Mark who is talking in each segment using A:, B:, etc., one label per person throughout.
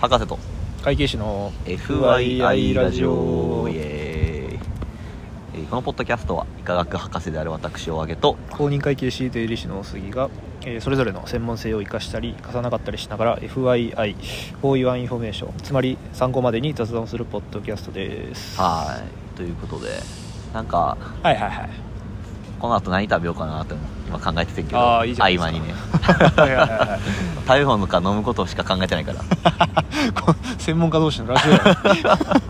A: 博士と
B: 会計士の
A: FYI ラジオ
B: イ
A: イ
B: エーイ
A: エーイえーこのポッドキャストは医科学博士である私を挙げと
B: 公認会計士という理士の杉が、えーそれぞれの専門性を生かしたり生かさなかったりしながら FYI フォーユアンインフォメーションつまり参考までに雑談をするポッドキャストです
A: はーいということでなんか
B: はいは いはい
A: この後何食べようかなって今考えててんけど
B: あーいいじゃないです
A: 合
B: か
A: 間にね
B: はいはいはいはい
A: 食べ物か飲むことしか考えてないから
B: こ専門家同士のラジオやは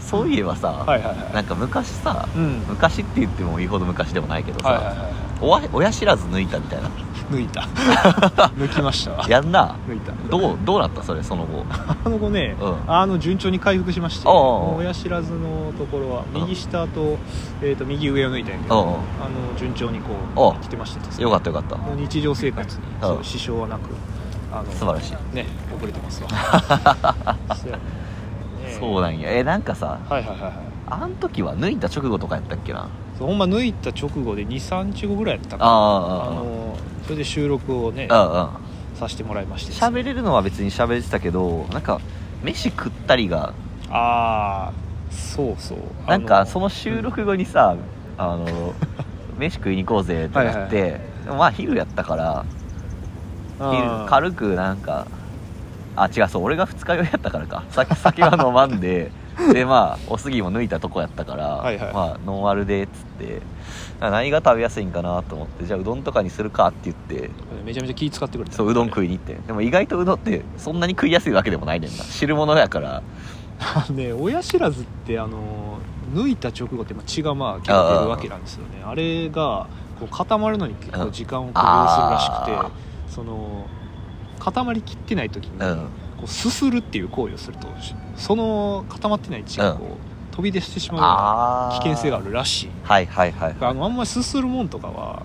A: そういえばさ、
B: いはいはい
A: なんか昔さ、
B: うん
A: 昔って言ってもいいほど昔でもないけどさ、
B: はいはいは
A: おわ親知らず抜いたみたいない
B: 抜い た抜きましたわ
A: やんな
B: 抜いた
A: どうどうなったそれその 後
B: あの後ね、
A: うん
B: あの順調に回復しまして
A: おうおうおう
B: 親知らずのところは
A: うん
B: 右下と,、えー、と右上を抜いたんやけ
A: おうおう
B: どあの順調にこ
A: おう
B: う来てましてですね
A: よかったよかった
B: もう日常生活
A: ん
B: にそう支障はなくあの
A: 素晴らしい
B: ね遅れてます わそうやね
A: そうなんやえなんかさ
B: はいはいはいはい
A: あん時は抜いた直後とかやったっけな
B: そうほんま抜いた直後で23日後ぐらいやったかなあ
A: あ
B: のそれで収録をね
A: あああああ
B: させてもらいましてですね
A: 喋れるのは別に喋ってたけどなんか飯食ったりが
B: ああそうそう
A: なんかそ
B: の
A: の収録後にさ、あ の飯食いに行こうぜってなって、
B: は
A: でもまあ昼やったから昼軽くなんかあ違うそう俺が二日酔いやったからかさ酒は飲まん ででまあおすぎも抜いたとこやったから、
B: はいはい
A: まあ、ノンアルでっつって何が食べやすいんかなと思ってじゃあうどんとかにするかって言って
B: めちゃめちゃ気使ってくれた
A: そううどん食
B: い
A: いに行ってでも意外とうどんってそんなに食いやすいわけでもないねんな汁物やから
B: ね親知らずってあの抜いた直後ってまあ血がまあ結構出るわけなんですよねあれがこう固まるのに結構時間をこう要するら
A: あ
B: しくてその固まりきってない時に、
A: うん
B: こうすするっていう行為をするとその固まってない血がこう、飛び出してしまうよう
A: あ
B: な
A: ー
B: 危険性があるらしい
A: はいはいはい
B: あのあんまりすするもんとかは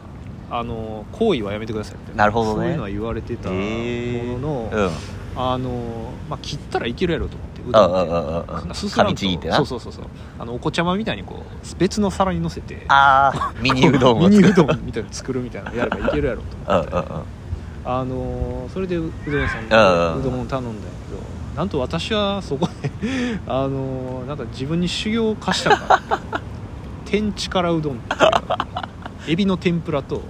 B: あの行為はやめてくださいみたいな
A: なるほどね
B: そういうのは言われてたも
A: へー
B: のの、
A: うん
B: あの、まあ、切ったらいけるやろうと思ってう
A: あ
B: どんって
A: あああ
B: そん
A: あ
B: なすすらんと
A: ちぎってな
B: そうそうそうそうあのお子ちゃまみたいにこう別の皿にのせて
A: ああミニうどんを
B: ミ
A: 作
B: ニ
A: る
B: うどんみたいなの作るみたいなのやればいけるやろうと
A: うんうん
B: 思っ
A: う
B: て
A: んあ
B: あのそれでううどん屋さんに
A: うんうん
B: うどんを頼んだんやけどなんと私はそこで あのなんか自分に修行を課したのかな 天地からうどんっていうエビの天ぷらと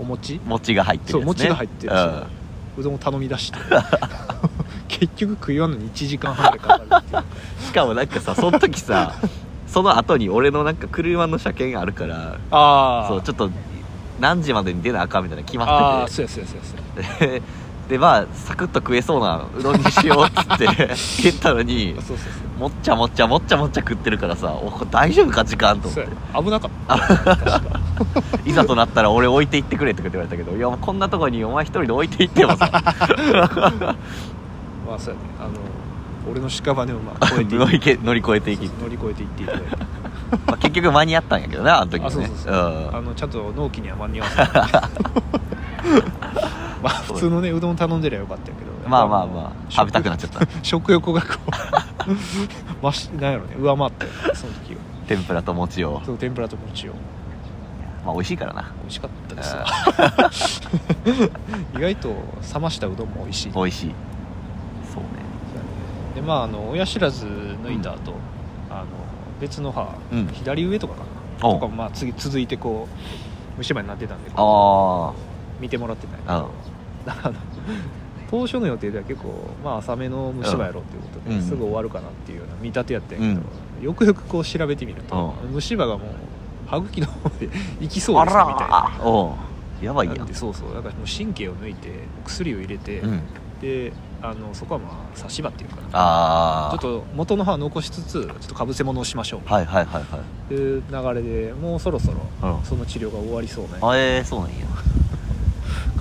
B: お餅
A: 餅が入ってるやつ、ね、
B: そう餅が入ってる
A: う
B: やつ
A: ん
B: うどんを頼み出して 結局食い終わるのに1時間半でかかるっていう
A: しかもなんかさその時さ その後に俺のなんか車の車検あるから
B: ああ
A: そうちょっと何時までに出なあかんみたいなの決
B: あ
A: ま
B: あ
A: って
B: そうやそうやそうやそうや
A: てででまあサクッと食えそうなうどんにしようっつって 言ったのに
B: そうそうそう
A: もっちゃもっちゃもっちゃもっちゃ食ってるからさおこれ大丈夫か時間と思
B: そう
A: っ
B: や
A: て
B: 危なかった
A: いざとなったら俺置いていってくれとかって言われたけどいやこんなとこにお前一人で置いていってもさ
B: まあそうやねあの俺の屍をまあ越えて い
A: 乗りけ乗り越えていき、
B: 乗り越えていっていただいて
A: まあ、結局間に合ったんやけどねあの時は
B: あ
A: ね
B: そうそうそう、
A: ん
B: あのちゃんと納期には間に 合わせないまあ普通のねうどん頼んでりゃよかったけど
A: まあまあまあ食べたくなっちゃった
B: た食欲がこう ましなんやろね上回ったよねその時は
A: 天ぷらと餅を
B: その天ぷらと餅を
A: まあ美味しいからな
B: 美味しかったですわ意外と冷ましたうどんも美味しい
A: 美味しいそうね
B: でまああの親知らず抜いた後、あの別の歯、
A: うん
B: 左上とかかな
A: おう
B: とかもまあ次続いてこう虫歯になってたんで
A: あ
B: 見てもらってたんやけ
A: あ
B: ど だから当初の予定では結構、まあ、浅めの虫歯やろうっていうことで、
A: うん
B: すぐ終わるかなっていうような見立てやったんやけど、
A: う
B: よくよくこう調べてみると、虫歯がもう歯茎の方で 行きそう
A: あ
B: ですみたいな
A: らおうやばいや
B: なん
A: ん
B: でそうそうだからもう神経を抜いて薬を入れて、
A: うん
B: であのそこはまあ差し歯っていうかな
A: あ
B: ちょ
A: あ
B: っと元の歯残しつつちょっとかぶせ物をしましょう
A: はいはいはいはい
B: っていう流れでもうそろそろ
A: うん
B: その治療が終わりそうね
A: あえー、そうなんや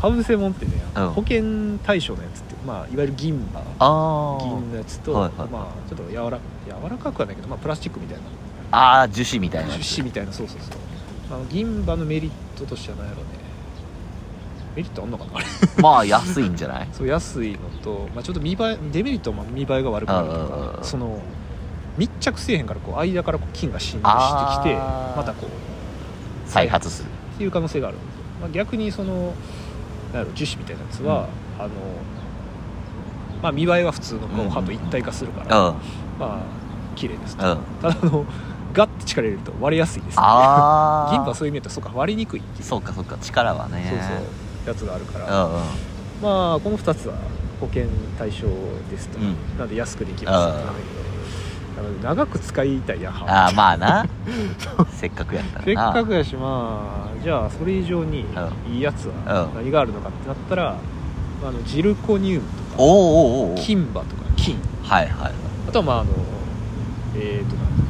B: かぶせ物ってね、
A: うん
B: 保険対象のやつって、まあ、いわゆる銀歯
A: あ
B: 銀のやつと、
A: はいはいはい
B: まあ、ちょっと柔ら柔らかくはないけど、まあ、プラスチックみたいな
A: ああー樹脂みたいなやつ
B: 樹脂みたいなそうそうそうあの銀歯のメリットとしては何やろうねメリットあんのか なあれ
A: まあ安いんじゃない
B: そう安いのと、まあ、ちょっと見栄えデメリットはまあ見栄えが悪くなると
A: うんうん
B: か
A: うん
B: その密着せえへんからこう間からこう菌が侵入してきて
A: あー
B: またこう
A: 再発する
B: っていう可能性があるんですよ、まあ、逆にそのなんやろ樹脂みたいなやつは、あのまあ、見栄えは普通のご飯と一体化するから、
A: うん
B: まあ綺麗ですと、
A: うん
B: ただあのガッて力入れると割れやすいです、ね、
A: ああ
B: 銀歯はそういう意味だとそうか割りにくいっていう
A: そうかそうか力はね
B: そうそうやつがあるから、
A: うんうん
B: まあこの2つは保険対象ですと、
A: うん
B: なんで安くできますってなるけどなので長く使いたいやん
A: ああまあ なせっかくやった
B: せっ
A: らな
B: かくやしまあじゃあそれ以上にいいやつは
A: うん
B: 何があるのかってなったら、まあ、あのジルコニウムとか
A: おうおうおうおう
B: 金歯とか金
A: はいはいはい
B: あとはまああのえっ、ー、となんだ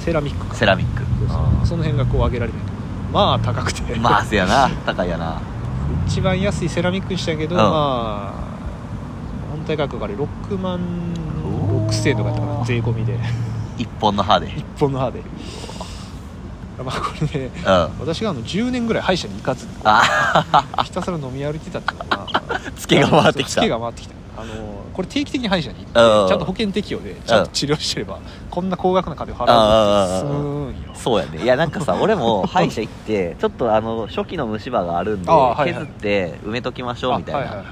B: セラミックか
A: セラミック
B: そうそうその辺がこう上げられないとまあ高くて
A: うんまあせや な高いやな
B: 一番安いセラミックにしたけど、
A: うん
B: まあ本体価格があれ6万6000円とかやったか
A: お
B: な
A: ー
B: 税込みで
A: 一本の歯で
B: 一本の歯でまあこれね
A: うんあ
B: 私があの10年ぐらい歯医者に行かず
A: あ
B: ひたすら飲み歩いてたっていうのが
A: ツケが回ってきた
B: ツケが回ってきたあのこれ定期的に歯医者に行ってち
A: うん
B: ゃんと保険適用でちゃんと治療してればこんな高額な金を払うのってすんよ
A: そうやねいやなんかさ俺も歯医者行 ってちょっとあの初期の虫歯があるんで
B: あーはいはい
A: 削って埋めときましょうみたいな、
B: あはいはいはい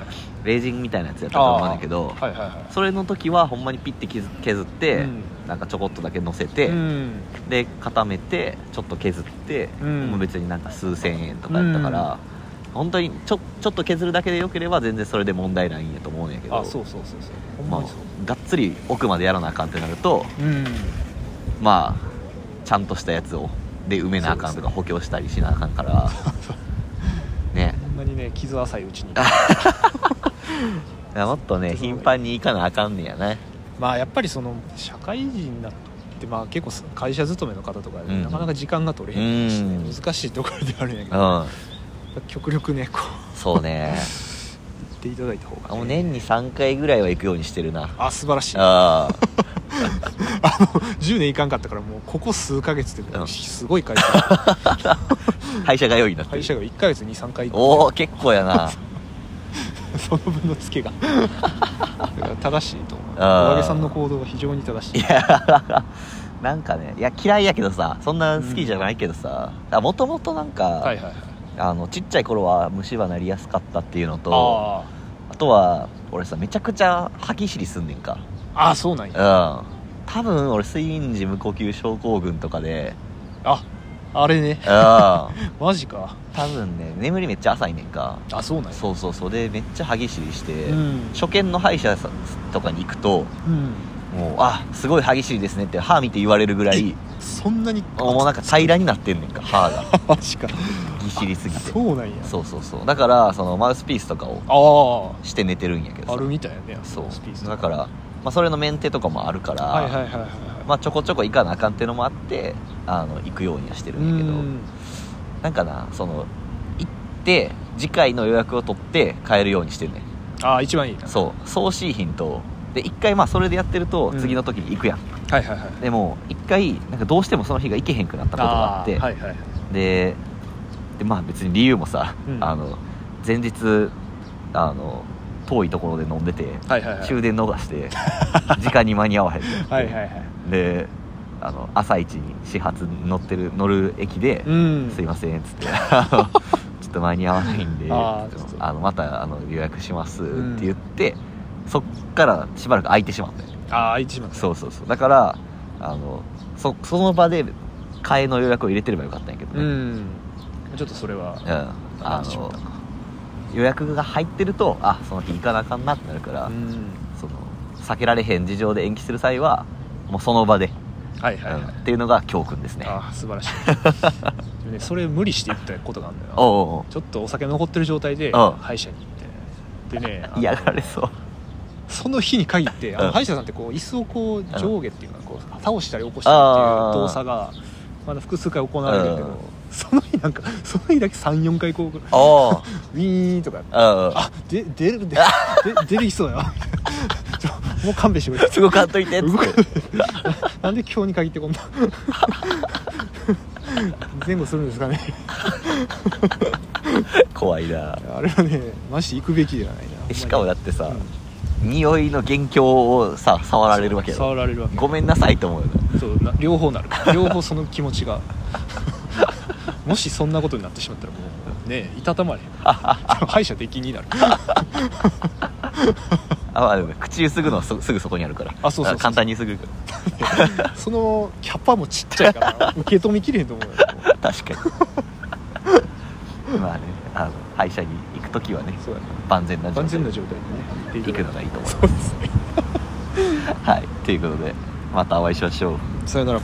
A: レイジングみたいなやつやったと思うんだけど、
B: はいはいは
A: それの時はほんまにピッて削削っ
B: い
A: て、なんかちょこっとだけ乗せて、
B: うんうん
A: で固めてちょっと削って、
B: うん
A: もう別になんか数千円とかやったから、本当にちょちょっと削るだけでよければ全然それで問題ないんやと思うんやけど
B: あそうそうそうそうほん
A: ま
B: ま
A: あ
B: にそう、
A: がっつり奥までやらなあかんってなると
B: うん
A: まあちゃんとしたやつをで埋めなあかんとか補強したりしなあかんから ね
B: ほんまにね傷浅いうちに
A: いやもっとね頻繁に行かなあかんねやね
B: まあやっぱりその社会人になってまあ結構会社勤めの方とか
A: う
B: で、
A: ん
B: なかなか時間が取れへんしね、
A: うん
B: 難しいところではあるんやけ
A: う
B: ど、
A: ん
B: 極力ねこう
A: そう ね
B: 行っていただいた方が、ね、
A: もう年に3回ぐらいは行くようにしてる な
B: あ素晴らしい
A: あ
B: あ
A: あ
B: の10年いかんかったからもうここ数ヶ月で
A: うん
B: すごい会社
A: 歯医者が良いなって
B: 会
A: る
B: 社が1ヶ月23回
A: お
B: 行
A: お結構や な
B: くその分のツケが だから正しいと思うお
A: あー
B: かげさんの行動は非常に正し
A: い
B: い
A: やなんかねいや嫌いやけどさそんな好きじゃないけどさもともとなんか、
B: はいはいはい
A: あのちっちゃい頃は虫歯なりやすかったっていうのとあ
B: あ
A: とは俺さめちゃくちゃ歯ぎしりすんねんか
B: ーあーそうなん
A: うん
B: や
A: 多分俺睡眠時無呼吸症候群とかで
B: ああれね
A: うん多
B: マジか
A: 分ね眠りめっちゃ浅いねんか
B: あそうなんや
A: そうそうそうでめっちゃ歯ぎしりして、
B: うん
A: 初見の歯医者さんとかに行くと
B: うん
A: もうあすごい歯ぎしりですねって歯見て言われるぐらい
B: そんなに
A: もうなんか平らになってんねんか歯が
B: マジか
A: ぎしりすぎてそう
B: そうなんや
A: そうそうだからそのマウスピースとかを
B: あ
A: して寝てるんやけど
B: あ
A: さ
B: あるみたいやね
A: そ
B: スピース
A: うだから、まあ、それのメンテとかもあるから、
B: はいはいはいはいはい
A: まあ、ちょこちょこ行かなあかんっていうのもあってあの行くようにはしてる
B: うん
A: だけど
B: ん
A: なんかなその行って次回の予約を取って買えるようにしてるね
B: ああ一番いいな
A: そうそうしい品とで一回まあそれでやってると
B: うん
A: 次の時に行くやん、
B: はいはいはい
A: でも一回なんかどうしてもその日が行けへんくなったことがあって
B: ーはいはいはい
A: ででまあ別に理由もさ、
B: うん
A: あの前日あの遠いところで飲んでて
B: はいはいはい
A: 終電逃して時間に間に合わへんってなって
B: はいはいはい
A: であの朝一に始発に乗ってる乗る駅で
B: う
A: 「
B: ん
A: すいません」っ つってあの「ちょっと間に合わないんで
B: あー
A: ちょっ
B: ちょっ
A: と
B: と
A: あのまたあの予約します」っ
B: うん
A: て言って、そっからしばらく空いてしまったよね
B: ああ一番
A: そうそうそうだからあのそその場で替えの予約を入れてればよかったんやけどね、
B: う
A: うん
B: んちょっとそれは
A: あの予約が入ってるとあその日行かなあかんなってなるから、
B: うん
A: その避けられへん事情で延期する際はもうその場で、
B: はいはいはい
A: うんっていうのが教訓ですね
B: ああ素晴ら しいでもねそれ無理して言ったことがあるんだよ
A: おうおうおう
B: ちょっとお酒残ってる状態で
A: うん
B: 歯医者に行ってでねあの
A: 嫌がられそう
B: その日に限ってあ
A: うん
B: の歯医者さんってこう椅子をこう上下っていうかこう倒したり起こしたりっていう動作がまだ複数回行われるけ
A: うん
B: どその日なんかその日だけ34回こうウ
A: おお
B: ィーンとかやって
A: うん
B: あで出るでで出るきそう だよちょもう勘弁してくれ
A: すごかっといてっつ
B: 動
A: っ
B: か
A: て
B: なんで今日に限ってこんな前後するんですかね
A: 怖いな
B: あれはねマジで行くべきじゃないな
A: えしかもだって
B: う
A: さ
B: ん
A: 匂いの元凶をさ触られるわけやろ
B: 触られるわけ
A: ごめんなさいと思うよな
B: そうな両方なる両方その気持ちがもしそんなことになってしまったらも うねえいたたまれへん歯医者出禁になる
A: あまあでも口ゆすぐのはそすぐそこにあるから
B: あそうそうそう
A: だから簡単にすぐ
B: そのキャパもちっちゃいから受け止めきれへんと思うよ
A: 確かに まあねあの歯医者に行く時はね
B: そうやな
A: 万全な状態
B: 万全な
A: で
B: 状態でね
A: 行くのがいいと思い
B: そうですね
A: ますはいということでまたお会いしましょう
B: さよなら